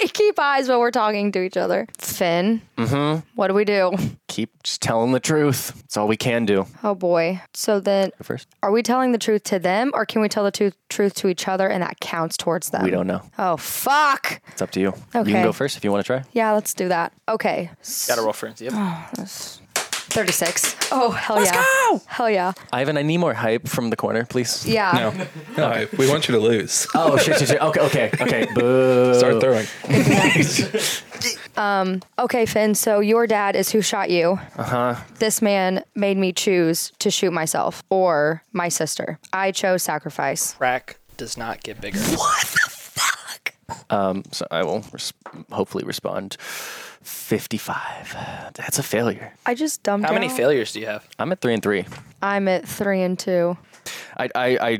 S3: We keep eyes while we're talking to each other. Finn,
S2: Mm-hmm.
S3: what do we do?
S2: Keep just telling the truth. It's all we can do.
S3: Oh boy. So then,
S2: Go First,
S3: are we telling the truth to them or can we tell the truth, truth to each other and that counts towards them?
S2: we don't know.
S3: Oh, fuck.
S2: It's up to you. You
S3: Okay.
S2: can go first if you want to try.
S3: Yeah, let's do that. Okay.
S1: Gotta roll for it. Yep.
S3: 36. Oh, hell yeah. Hell yeah.
S2: Ivan, I need more hype from the corner, please.
S3: Yeah.
S10: no, no, I- we want you to lose.
S1: Uh,
S2: Oh shit, shit, shit. Okay, okay, okay. Boo.
S10: Start throwing.
S3: Um, okay, Finn, so your dad is who shot you.
S2: Uh huh.
S3: This man made me choose to shoot myself or my sister. I chose sacrifice.
S1: Crack does not get bigger.
S2: Um, so I will res- hopefully respond. Fifty-five. That's a failure.
S3: I just dumped
S1: How many
S3: out.
S1: failures do you have?
S2: I'm at three and three.
S3: I'm at three and two.
S2: I, I, I,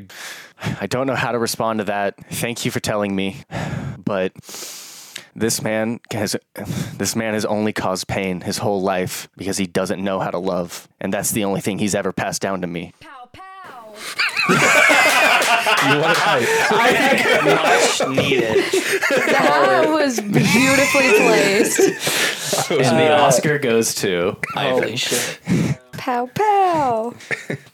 S2: I don't know how to respond to that. Thank you for telling me, but this man has this man has only caused pain his whole life because he doesn't know how to love, and that's the only thing he's ever passed down to me.
S10: You want to hype.
S1: Much needed.
S3: That was beautifully placed.
S2: And the
S1: Uh,
S2: Oscar goes to
S1: Holy shit.
S3: Pow pow.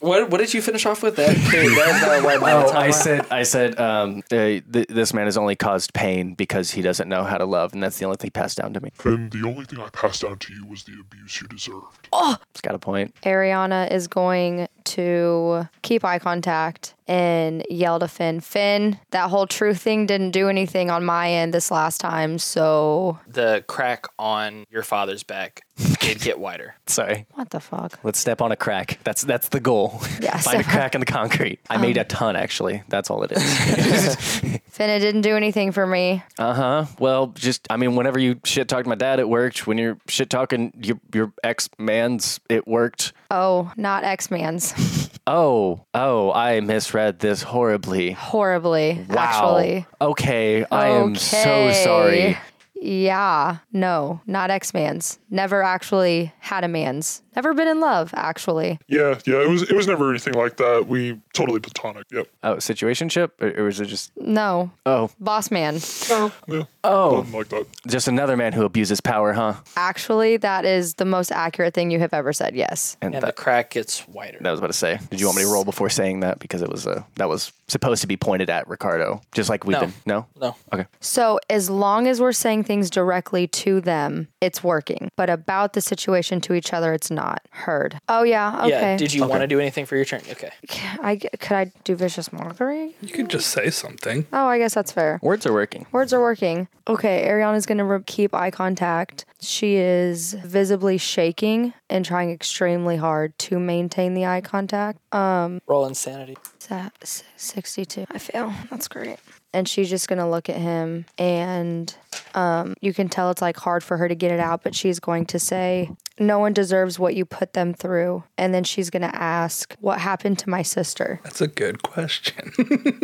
S1: What what did you finish off with? That, that uh, why-
S2: Oh, I said, I said, um, uh, th- this man has only caused pain because he doesn't know how to love, and that's the only thing passed down to me.
S9: Then the only thing I passed down to you was the abuse you deserved.
S2: It's got a point.
S3: Ariana is going to keep eye contact and yell to Finn. Finn, that whole truth thing didn't do anything on my end this last time, so
S1: the crack on your father's back did get wider.
S2: Sorry.
S3: what the fuck?
S2: Let's step on a crack. That's that's the goal.
S3: Yeah,
S2: Find a
S3: so-
S2: crack in the concrete.
S3: Um,
S2: I made a ton actually. That's all it is.
S3: Finn, it didn't do anything for me.
S2: uh huh. Well, just I mean, whenever you shit talked my dad, it worked. When you're shit talking your your ex man's, it worked.
S3: Oh, not X Man's.
S2: Oh, oh, I misread this horribly.
S3: Horribly,
S2: Wow.
S3: actually.
S2: Okay, I am so sorry.
S3: Okay. Yeah, no, not X Man's. Never actually had a man's. Never been in love, actually.
S9: Yeah, yeah. It was it was never anything like that. We totally platonic. Yep.
S2: Oh, situationship, or, or is it just
S3: No,
S2: oh,
S3: boss man.
S9: Yeah.
S2: Oh.
S9: Nothing like that.
S2: just another man who abuses power, huh?
S3: Actually, that is the most accurate thing you have ever said. Yes.
S2: And,
S1: And the
S2: that,
S1: crack gets wider.
S2: that was what I say. Did you want me to roll before saying that because it was a that was supposed to be pointed at Ricardo, just like we
S1: No.
S2: did. No.
S1: No.
S2: Okay.
S3: So, as long as we're saying things directly to them, it's working. But about the situation to each other, it's not heard. Oh, yeah. Okay.
S1: Yeah. Did you want to do anything for your turn? Okay.
S3: I, could I do vicious mockery?
S10: You could just say something.
S3: Oh, I guess that's fair.
S2: Words are working.
S3: Words are working. Okay, Ariana's gonna re- keep eye contact. She is visibly shaking and trying extremely hard to maintain the eye contact. Um,
S1: Roll insanity.
S3: is that s- 62? I fail. That's great. And she's just gonna look at him, and um, you can tell it's like hard for her to get it out, but she's going to say, "No one deserves what you put them through." And then she's gonna ask, "What happened to my sister?"
S10: That's a good question.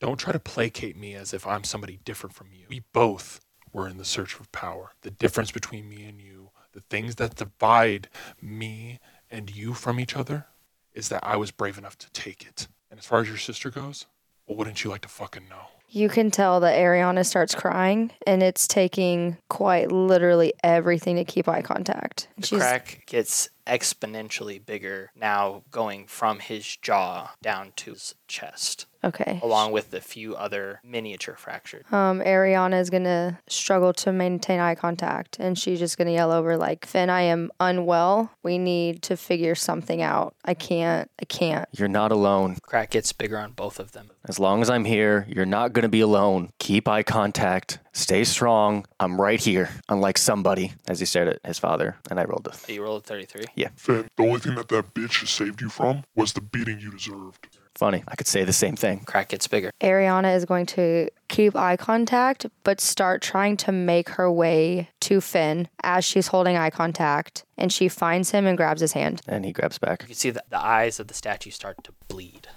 S11: Don't try to placate me as if I'm somebody different from you. We both were in the search for power. The difference between me and you, the things that divide me and you from each other, is that I was brave enough to take it. And as far as your sister goes, well, wouldn't you like to fucking know?
S3: You can tell that Ariana starts crying, and it's taking quite literally everything to keep eye contact.
S1: The crack gets exponentially bigger now, going from his jaw down to his chest.
S3: Okay.
S1: Along with the few other miniature fractures.
S3: Um, Ariana is gonna struggle to maintain eye contact, and she's just gonna yell over like, "Finn, I am unwell. We need to figure something out. I can't. I can't."
S2: You're not alone.
S1: Crack gets bigger on both of them.
S2: As long as I'm here, you're not going to be alone. Keep eye contact. Stay strong. I'm right here, unlike somebody. As he stared at his father, and I rolled a.
S1: You rolled a 33.
S2: Yeah.
S9: Finn, the only thing that that bitch has saved you from was the beating you deserved.
S2: Funny. I could say the same thing.
S1: Crack gets bigger.
S3: Ariana is going to keep eye contact, but start trying to make her way to Finn as she's holding eye contact, and she finds him and grabs his hand.
S2: And he grabs back.
S1: You can see the, the eyes of the statue start to bleed.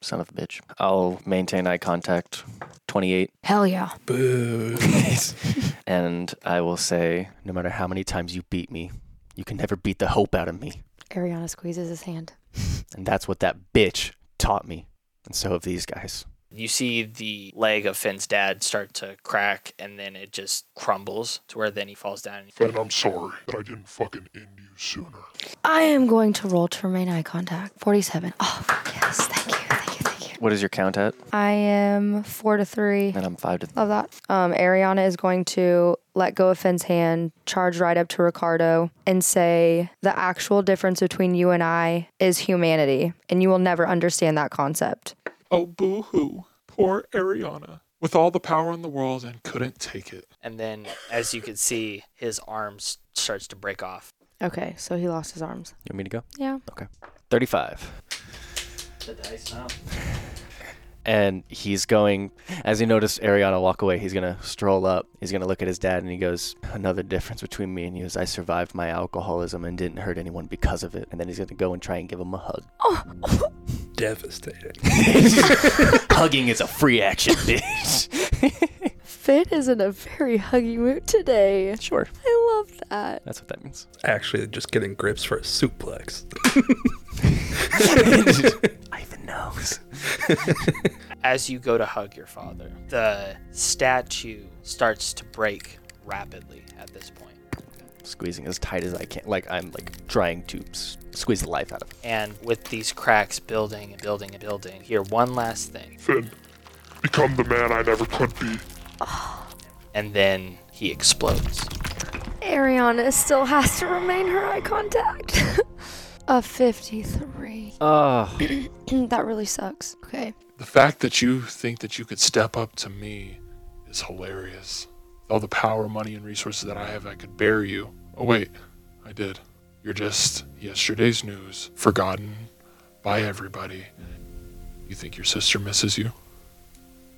S2: Son of a bitch. I'll maintain eye contact. 28.
S3: Hell yeah.
S2: Boo. and I will say, no matter how many times you beat me, you can never beat the hope out of me.
S3: Ariana squeezes his hand.
S2: And that's what that bitch taught me. And so have these guys.
S1: You see the leg of Finn's dad start to crack, and then it just crumbles to where then he falls down.
S9: Finn, I'm sorry that I didn't fucking end you sooner.
S3: I am going to roll to remain eye contact. 47. Oh, yes. Thank you. Thank you. Thank you.
S2: What is your count at?
S3: I am four to three.
S2: And I'm five to.
S3: Love that. Um, Ariana is going to let go of Finn's hand, charge right up to Ricardo, and say, The actual difference between you and I is humanity, and you will never understand that concept.
S11: Oh, boo hoo. Poor Ariana. With all the power in the world and couldn't take it.
S1: And then, as you can see, his arms starts to break off.
S3: Okay, so he lost his arms.
S2: You want me to go?
S3: Yeah.
S2: Okay. 35. And he's going, as he noticed Ariana walk away, he's going to stroll up. He's going to look at his dad and he goes, Another difference between me and you is I survived my alcoholism and didn't hurt anyone because of it. And then he's going to go and try and give him a hug.
S10: Devastating.
S2: Hugging is a free action, bitch.
S3: Finn is in a very huggy mood today.
S2: Sure.
S3: I love that.
S2: That's what that means.
S10: Actually, just getting grips for a suplex.
S2: Ivan knows.
S1: As you go to hug your father, the statue starts to break rapidly at this point.
S2: Squeezing as tight as I can. Like, I'm like trying to s- squeeze the life out of him.
S1: And with these cracks building and building and building, here, one last thing.
S9: Finn, become the man I never could be.
S1: And then he explodes.
S7: Ariana still has to remain her eye contact. A 53.
S2: Oh.
S7: that really sucks. Okay.
S11: The fact that you think that you could step up to me is hilarious. With all the power, money, and resources that I have, I could bury you. Oh, wait, I did. You're just yesterday's news, forgotten by everybody. You think your sister misses you?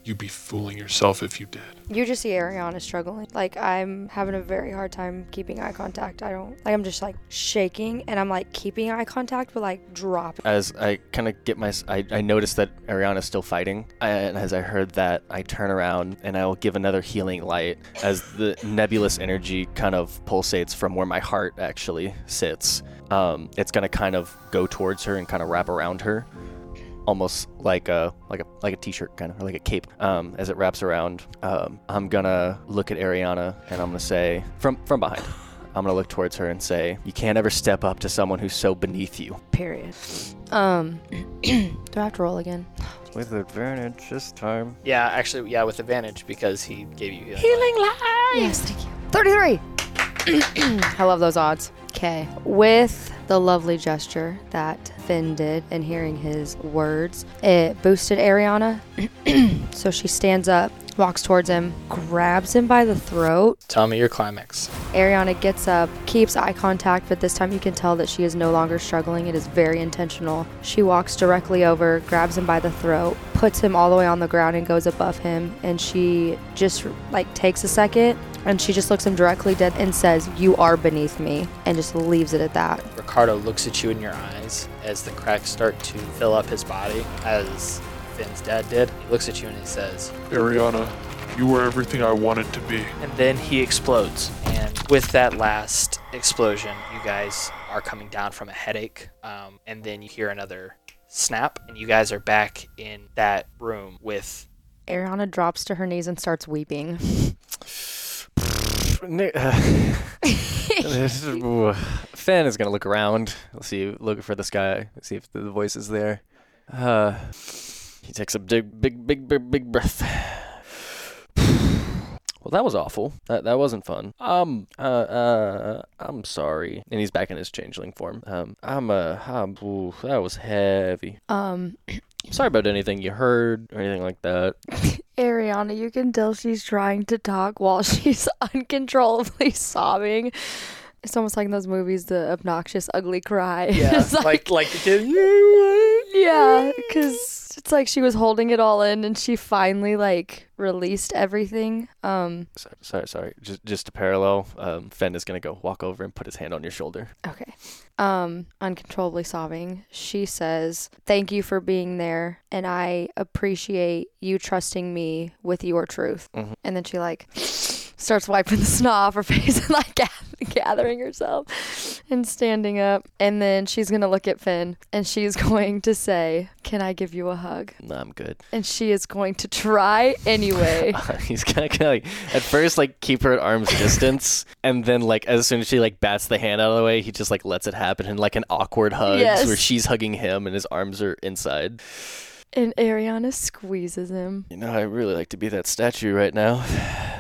S11: You'd be fooling yourself if you did.
S3: You just see Ariana struggling. Like, I'm having a very hard time keeping eye contact. I don't, like, I'm just like shaking and I'm like keeping eye contact, but like dropping.
S2: As I kind of get my, I, I notice that Ariana's still fighting, and as I heard that, I turn around and I will give another healing light as the nebulous energy kind of pulsates from where my heart actually sits. Um, it's gonna kind of go towards her and kind of wrap around her, almost like a like a like a t-shirt kind of or like a cape. Um, as it wraps around, um, I'm gonna look at Ariana and I'm gonna say from from behind. I'm gonna look towards her and say, "You can't ever step up to someone who's so beneath you."
S3: Period. Um, do I have to roll again?
S2: With advantage this time.
S1: Yeah, actually, yeah, with advantage because he gave you healing.
S3: Healing life! Yes, thank you. 33! I love those odds. Okay. With the lovely gesture that Finn did and hearing his words, it boosted Ariana. so she stands up, walks towards him, grabs him by the throat,
S1: Tell me your climax.
S3: Ariana gets up, keeps eye contact, but this time you can tell that she is no longer struggling. It is very intentional. She walks directly over, grabs him by the throat, puts him all the way on the ground, and goes above him. And she just like takes a second and she just looks him directly dead and says, You are beneath me, and just leaves it at that.
S1: Ricardo looks at you in your eyes as the cracks start to fill up his body, as Finn's dad did. He looks at you and he says,
S9: Ariana, you were everything I wanted to be.
S1: and then he explodes. And with that last explosion, you guys are coming down from a headache, um, and then you hear another snap, and you guys are back in that room with
S3: Ariana drops to her knees and starts weeping.
S2: Finn uh, is gonna look around. Let's see, look for this guy. See if the voice is there. Uh, he takes a big, big, big, big, big breath. Well, that was awful. That that wasn't fun. Um, uh, uh, I'm sorry. And he's back in his changeling form. Um, I'm uh, I'm, ooh, that was heavy.
S3: Um,
S2: Sorry about anything you heard or anything like that.
S3: Ariana, you can tell she's trying to talk while she's uncontrollably sobbing. It's almost like in those movies, the obnoxious, ugly cry.
S1: Yeah,
S3: It's like-
S1: like like the kid.
S3: yeah, because it's like she was holding it all in, and she finally like released everything. Um,
S2: Sorry, sorry, sorry. Just just to parallel, um, Fenn is gonna go walk over and put his hand on your shoulder.
S3: Okay. Um, uncontrollably sobbing. She says, Thank you for being there, and I appreciate you trusting me with your truth.
S2: Mhm.
S3: And then she, like, starts wiping the snot off her face and, like, gath- gathering herself and standing up. And then she's going to look at Finn and she's going to say, Can I give you a hug?
S2: No, I'm good. Uh,
S3: And she is going to try anyway.
S2: He's gonna, gonna like at first like keep her at arm's distance, and then like as soon as she like bats the hand out of the way, he just like lets it happen in like an awkward hug
S3: Yes.
S2: where she's hugging him and his arms are inside.
S3: and Ariana squeezes him.
S2: You know, I really like to be that statue right now.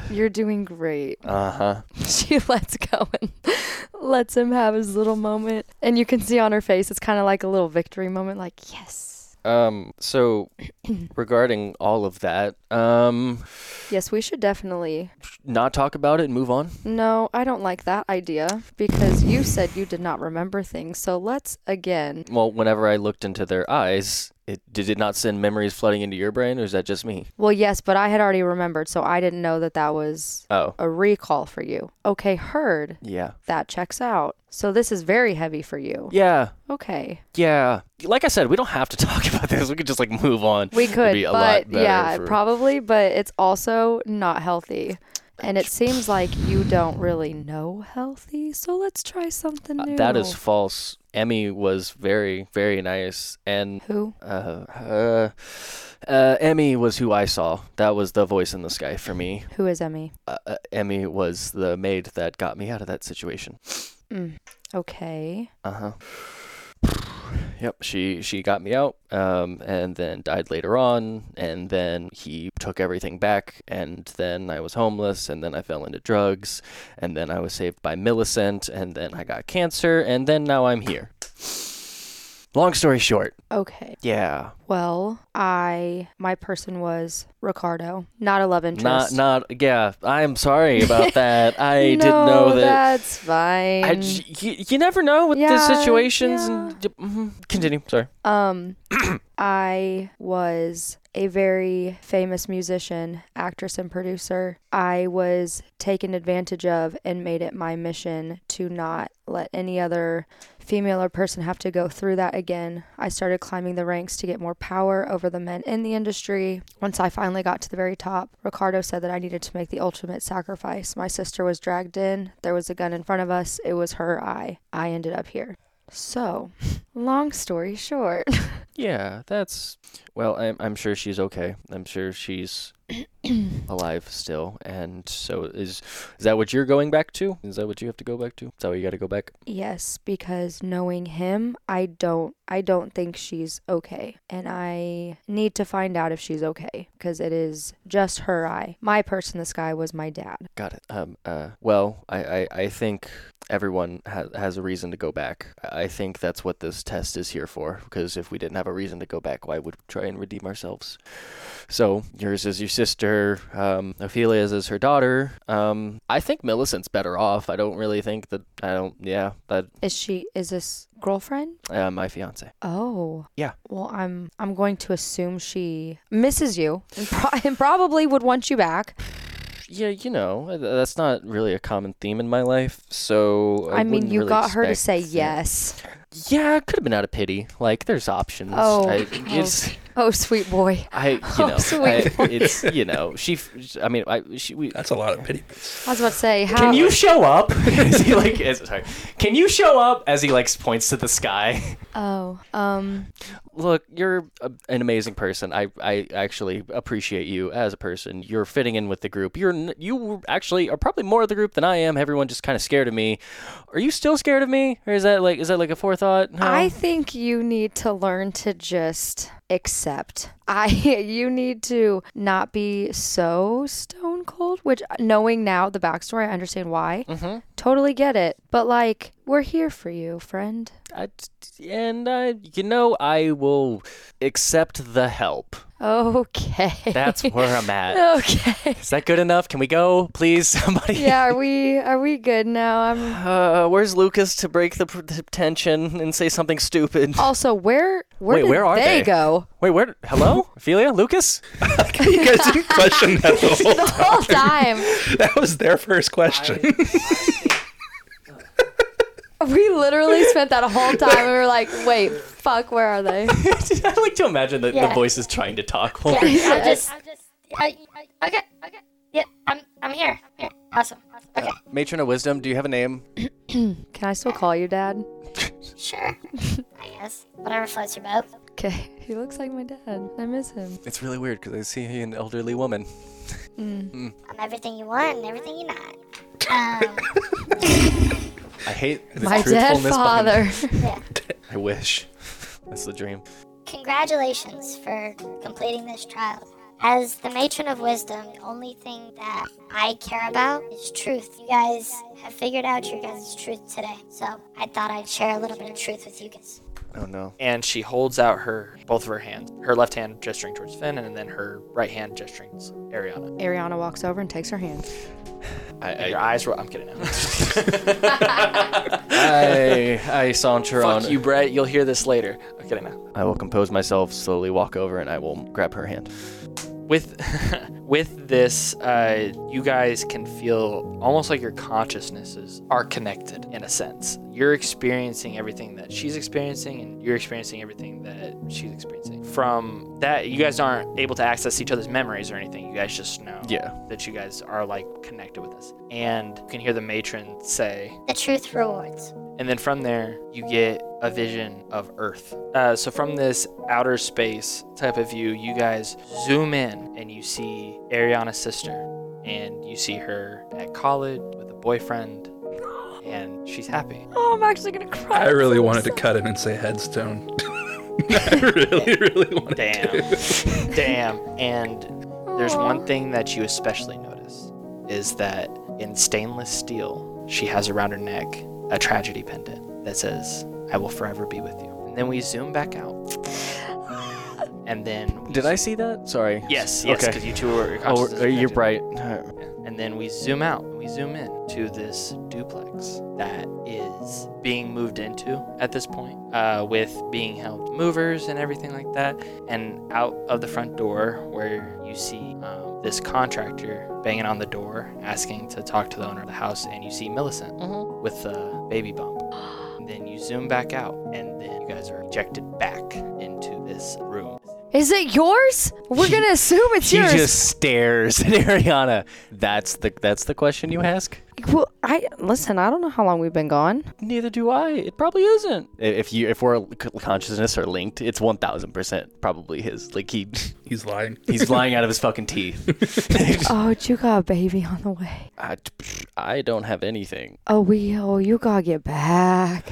S3: You're doing great.
S2: Uh huh.
S3: she lets go and lets him have his little moment. And you can see on her face, it's kind of like a little victory moment, like, yes,
S2: Um. So regarding all of that, um,
S3: yes, we should definitely.
S2: not talk about it and move on.
S3: No, I don't like that idea because you said you did not remember things. So let's again.
S2: Well, whenever I looked into their eyes, it did it not send memories flooding into your brain, or is that just me?
S3: Well, yes, but I had already remembered, so I didn't know that that was
S2: Oh.
S3: a recall for you. Okay, heard.
S2: Yeah.
S3: That checks out. So this is very heavy for you.
S2: Yeah.
S3: Okay.
S2: Yeah. Like I said, we don't have to talk about this. We could just like move on.
S3: We
S2: It'd
S3: could,
S2: be a lot
S3: but
S2: better
S3: yeah,
S2: for-
S3: probably, but it's also not healthy. And it seems like you don't really know healthy, so let's try something new.
S2: Uh, That is false. Emmy was very, very nice, and
S3: Who?
S2: Uh, uh, uh, Emmy was who I saw. That was the voice in the sky for me.
S3: Who is Emmy?
S2: Uh, uh, Emmy was the maid that got me out of that situation.
S3: Mm. Okay.
S2: Uh huh. Yep, she she got me out, um, and then died later on, and then he took everything back, and then I was homeless, and then I fell into drugs, and then I was saved by Millicent, and then I got cancer, and then now I'm here. Long story short,
S3: Okay.
S2: yeah,
S3: Well, I my person was Ricardo, not a love interest.
S2: not not yeah. I'm sorry about that. I didn't know
S3: No,
S2: that.
S3: That's fine.
S2: I j- you, you never know with the
S3: Yeah,
S2: situations. And, mhm. Continue. Sorry.
S3: Um, I was a very famous musician, actress, and producer. I was taken advantage of and made it my mission to not let any other female or person have to go through that again. I started climbing the ranks to get more power over the men in the industry. Once I finally got to the very top, Ricardo said that I needed to make the ultimate sacrifice. My sister was dragged in, there was a gun in front of us, it was her eye. I ended up here. So, long story short,
S2: Yeah, that's well. I'm I'm sure she's okay. I'm sure she's alive still. And so is is that what you're going back to? Is that what you have to go back to? Is that what you got to go back?
S3: yes, because knowing him, I don't I don't think she's okay, and I need to find out if she's okay because it is just her eye. My person this guy was my dad.
S2: Got it. Um. Uh. Well, I I, I think everyone has has a reason to go back. I I think that's what this test is here for. Because if we didn't have a reason to go back, why would we try and redeem ourselves? So yours is your sister. Um, Ophelia's is her daughter. Um, I think Millicent's better off. I don't really think that. I don't. Yeah. That.
S3: Is she is this girlfriend?
S2: Uh, my fiance.
S3: Oh.
S2: Yeah.
S3: Well, I'm I'm going to assume she misses you and, pro- and probably would want you back.
S2: Yeah, you know, th- that's not really a common theme in my life. So
S3: I, mean,
S2: wouldn't
S3: you
S2: really
S3: got her to
S2: expect
S3: say
S2: that-
S3: yes.
S2: Yeah, it could have been out of pity. Like, there's options.
S3: Oh,
S2: I,
S3: oh,
S2: it's,
S3: oh, sweet boy.
S2: I, you
S3: oh,
S2: know,
S3: sweet
S2: I,
S3: boy.
S2: it's, you know, she. f- I mean, I. She, we, That's
S10: a lot of pity.
S3: I was about to say, how
S2: Can you show up? As he like, as, sorry. Can you show up? As he like points to the sky.
S3: Oh, um,
S2: Look, you're a, an amazing person. I, I actually appreciate you as a person. You're fitting in with the group. You're n- you were actually are probably more of the group than I am. Everyone just kind of scared of me. Are you still scared of me, or is that like is that like a forethought? No?
S3: I think you need to learn to just accept. I you need to not be so stone cold, which knowing now the backstory, I understand why.
S2: Mhm.
S3: Totally get it. But like, we're here for you, friend.
S2: I, and I, you know, I will accept the help.
S3: Okay.
S2: That's where I'm at.
S3: Okay.
S2: Is that good enough? Can we go, please? Somebody.
S3: Yeah, are we are we good now? I'm
S2: Uh, where's Lucas to break the, pr- the tension and say something stupid?
S3: Also, where where
S2: Wait,
S3: did
S2: where are
S3: they,
S2: they?
S3: go?
S2: Wait, where? Hello, Ophelia, Lucas.
S10: you guys didn't question that the whole
S3: The whole time
S10: That was their first question.
S3: we literally spent that whole time. We were like, wait, fuck, where are they?
S2: I like to imagine that
S5: Yeah.
S2: the voice is trying to talk.
S5: Yeah,
S2: while we're-
S5: I'm just, I'm just, I, I, okay, okay. Yep, I'm, I'm here. I'm here. Awesome. awesome. Okay.
S2: Matron of Wisdom, do you have a name?
S3: Can I still call you dad?
S5: Sure. I guess. Whatever floats your boat.
S3: Okay. He looks like my dad. I miss him.
S2: It's really weird because I see he an elderly woman.
S5: I'm everything you want and everything you're not. Um,
S2: I hate the
S3: my dead
S2: truthfulness behind-
S3: father.
S5: yeah.
S2: I wish. That's the dream.
S5: Congratulations for completing this trial. As the matron of wisdom, the only thing that I care about is truth. You guys have figured out your guys' truth today, so I thought I'd share a little bit of truth with you guys.
S2: Oh no.
S1: And she holds out her both of her hands, her left hand gesturing towards Finn, and then her right hand gesturing towards Ariana.
S3: Ariana walks over and takes her hand.
S1: I, your eyes roll. I'm kidding now.
S2: I I saunter
S1: Fuck
S2: on.
S1: you, Brett. You'll hear this later. I'm kidding now.
S2: I will compose myself, slowly walk over, and I will grab her hand.
S1: with with this uh, you guys can feel almost like your consciousnesses are connected in a sense you're experiencing everything that she's experiencing and you're experiencing everything that she's experiencing from that you guys aren't able to access each other's memories or anything you guys just know
S2: Yeah.
S1: that you guys are like connected with us and you can hear the matron say
S5: The truth rewards.
S1: and then from there, you get a vision of Earth. Uh, so, from this outer space type of view, you guys zoom in and you see Ariana's sister. And you see her at college with a boyfriend, and she's happy.
S3: Oh, I'm actually gonna cry.
S10: I really wanted to cut in and say headstone. I really, really wanted
S1: Damn.
S10: to.
S1: Damn. And there's one thing that you especially notice is that in stainless steel, she has around her neck a tragedy pendant that says, I will forever be with you. And then we zoom back out. And then.
S2: Did I see that? Sorry.
S1: Yes, yes,
S2: Okay.
S1: because you two were.
S2: Oh,
S1: conscious
S2: uh, you're
S1: connected.
S2: right.
S1: And then we zoom out, and we zoom in to this duplex that is being moved into at this point, uh, with being held movers and everything like that. And out of the front door, where you see um, this contractor banging on the door, asking to talk to the owner of the house, and you see Millicent
S2: Mhm.
S1: with the baby bump. And then you zoom back out, and then you guys are ejected back into this room.
S3: Is it yours? We're gonna assume it's
S2: She
S3: yours.
S2: just stares at Ariana. That's the that's the question you ask.
S3: Well, I listen. I don't know how long we've been gone.
S2: Neither do I. It probably isn't. I- If you if we're consciousness are linked, it's one thousand percent probably his. Like he
S10: he's lying.
S2: He's lying out of his fucking teeth.
S3: oh, but you got a baby on the way.
S2: I, I don't have anything.
S3: Oh, we. Oh, you gotta get back.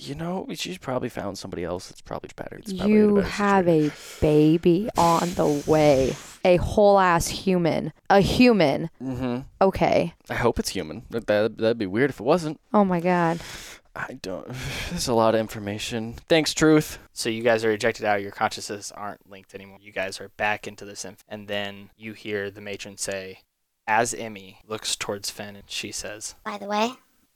S2: You know, she's probably found somebody else that's probably better. It's probably in a
S3: You
S2: better
S3: have a baby on the way. A whole ass human. A human.
S2: Mhm.
S3: Okay.
S2: I hope it's human. That that- that'd be weird if it wasn't.
S3: Oh my god.
S2: I don't. There's a lot of information. Thanks, truth.
S1: So you guys are ejected out. Your consciousness aren't linked anymore. You guys are back into this, inf- and then you hear the matron say, as Emmy looks towards Finn, and she says,
S5: By the way,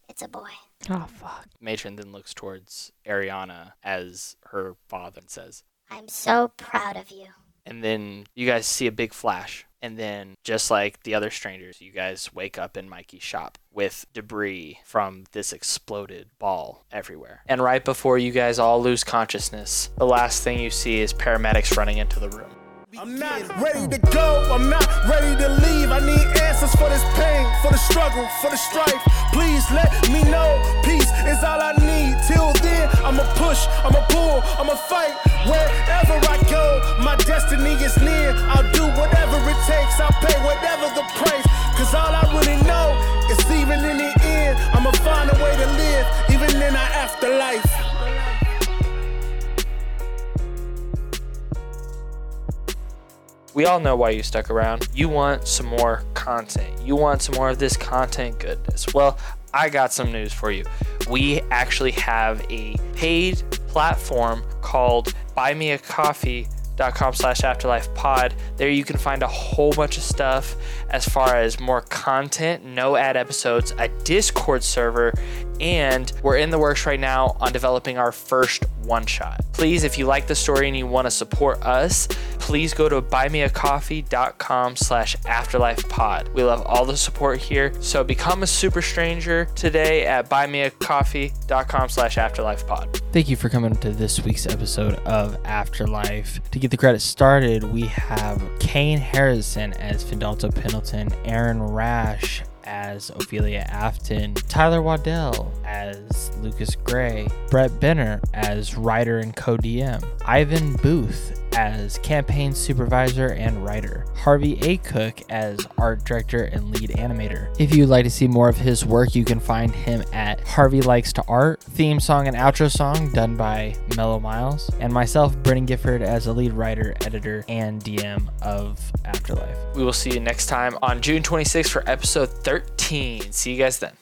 S5: it's a boy.
S3: Oh fuck.
S1: matron then looks towards Ariana as her father and says,
S5: I'm so proud of you.
S1: and then you guys see a big flash, And then, just like the other strangers, you guys wake up in Mikey's shop with debris from this exploded ball everywhere. And right before you guys all lose consciousness, the last thing you see is paramedics running into the room.
S12: I'm not ready to go, I'm not ready to leave. I need answers for this pain, for the struggle, for the strife. Please let me know. Peace is all I need. Till then, I'ma push, I'ma pull, I'ma fight. Wherever I go, my destiny is near. I'll do whatever it takes, I'll pay whatever the price. Cause all I really know is even in the end, I'ma find a way to live, even in our afterlife.
S1: We all know why you stuck around. You want some more content. You want some more of this content goodness. Well, I got some news for you. We actually have a paid platform called buymeacoffee.com slash afterlife pod. There you can find a whole bunch of stuff as far as more content, no ad episodes, a Discord server, and we're in the works right now on developing our first one shot. Please, if you like the story and you want to support us, please go to buymeacoffee.com slash afterlifepod. We love all the support here. So become a super stranger today at buymeacoffee.com slash afterlifepod.
S13: Thank you for coming to this week's episode of Afterlife. To get the credit started, we have Kane Harrison as Fidalto Pendleton, Aaron Rash as Ophelia Afton, Tyler Waddell as Lucas Gray, Brett Benner as writer and co DM, Ivan Booth as campaign supervisor and writer, Harvey A. Cook as art director and lead animator. If you'd like to see more of his work, you can find him at Harvey Likes to Art, theme song and outro song done by Mellow Miles, and myself, Brennan Gifford, as a lead writer, editor, and DM of Afterlife.
S1: We will see you next time on June 26th for episode 13. See you guys then.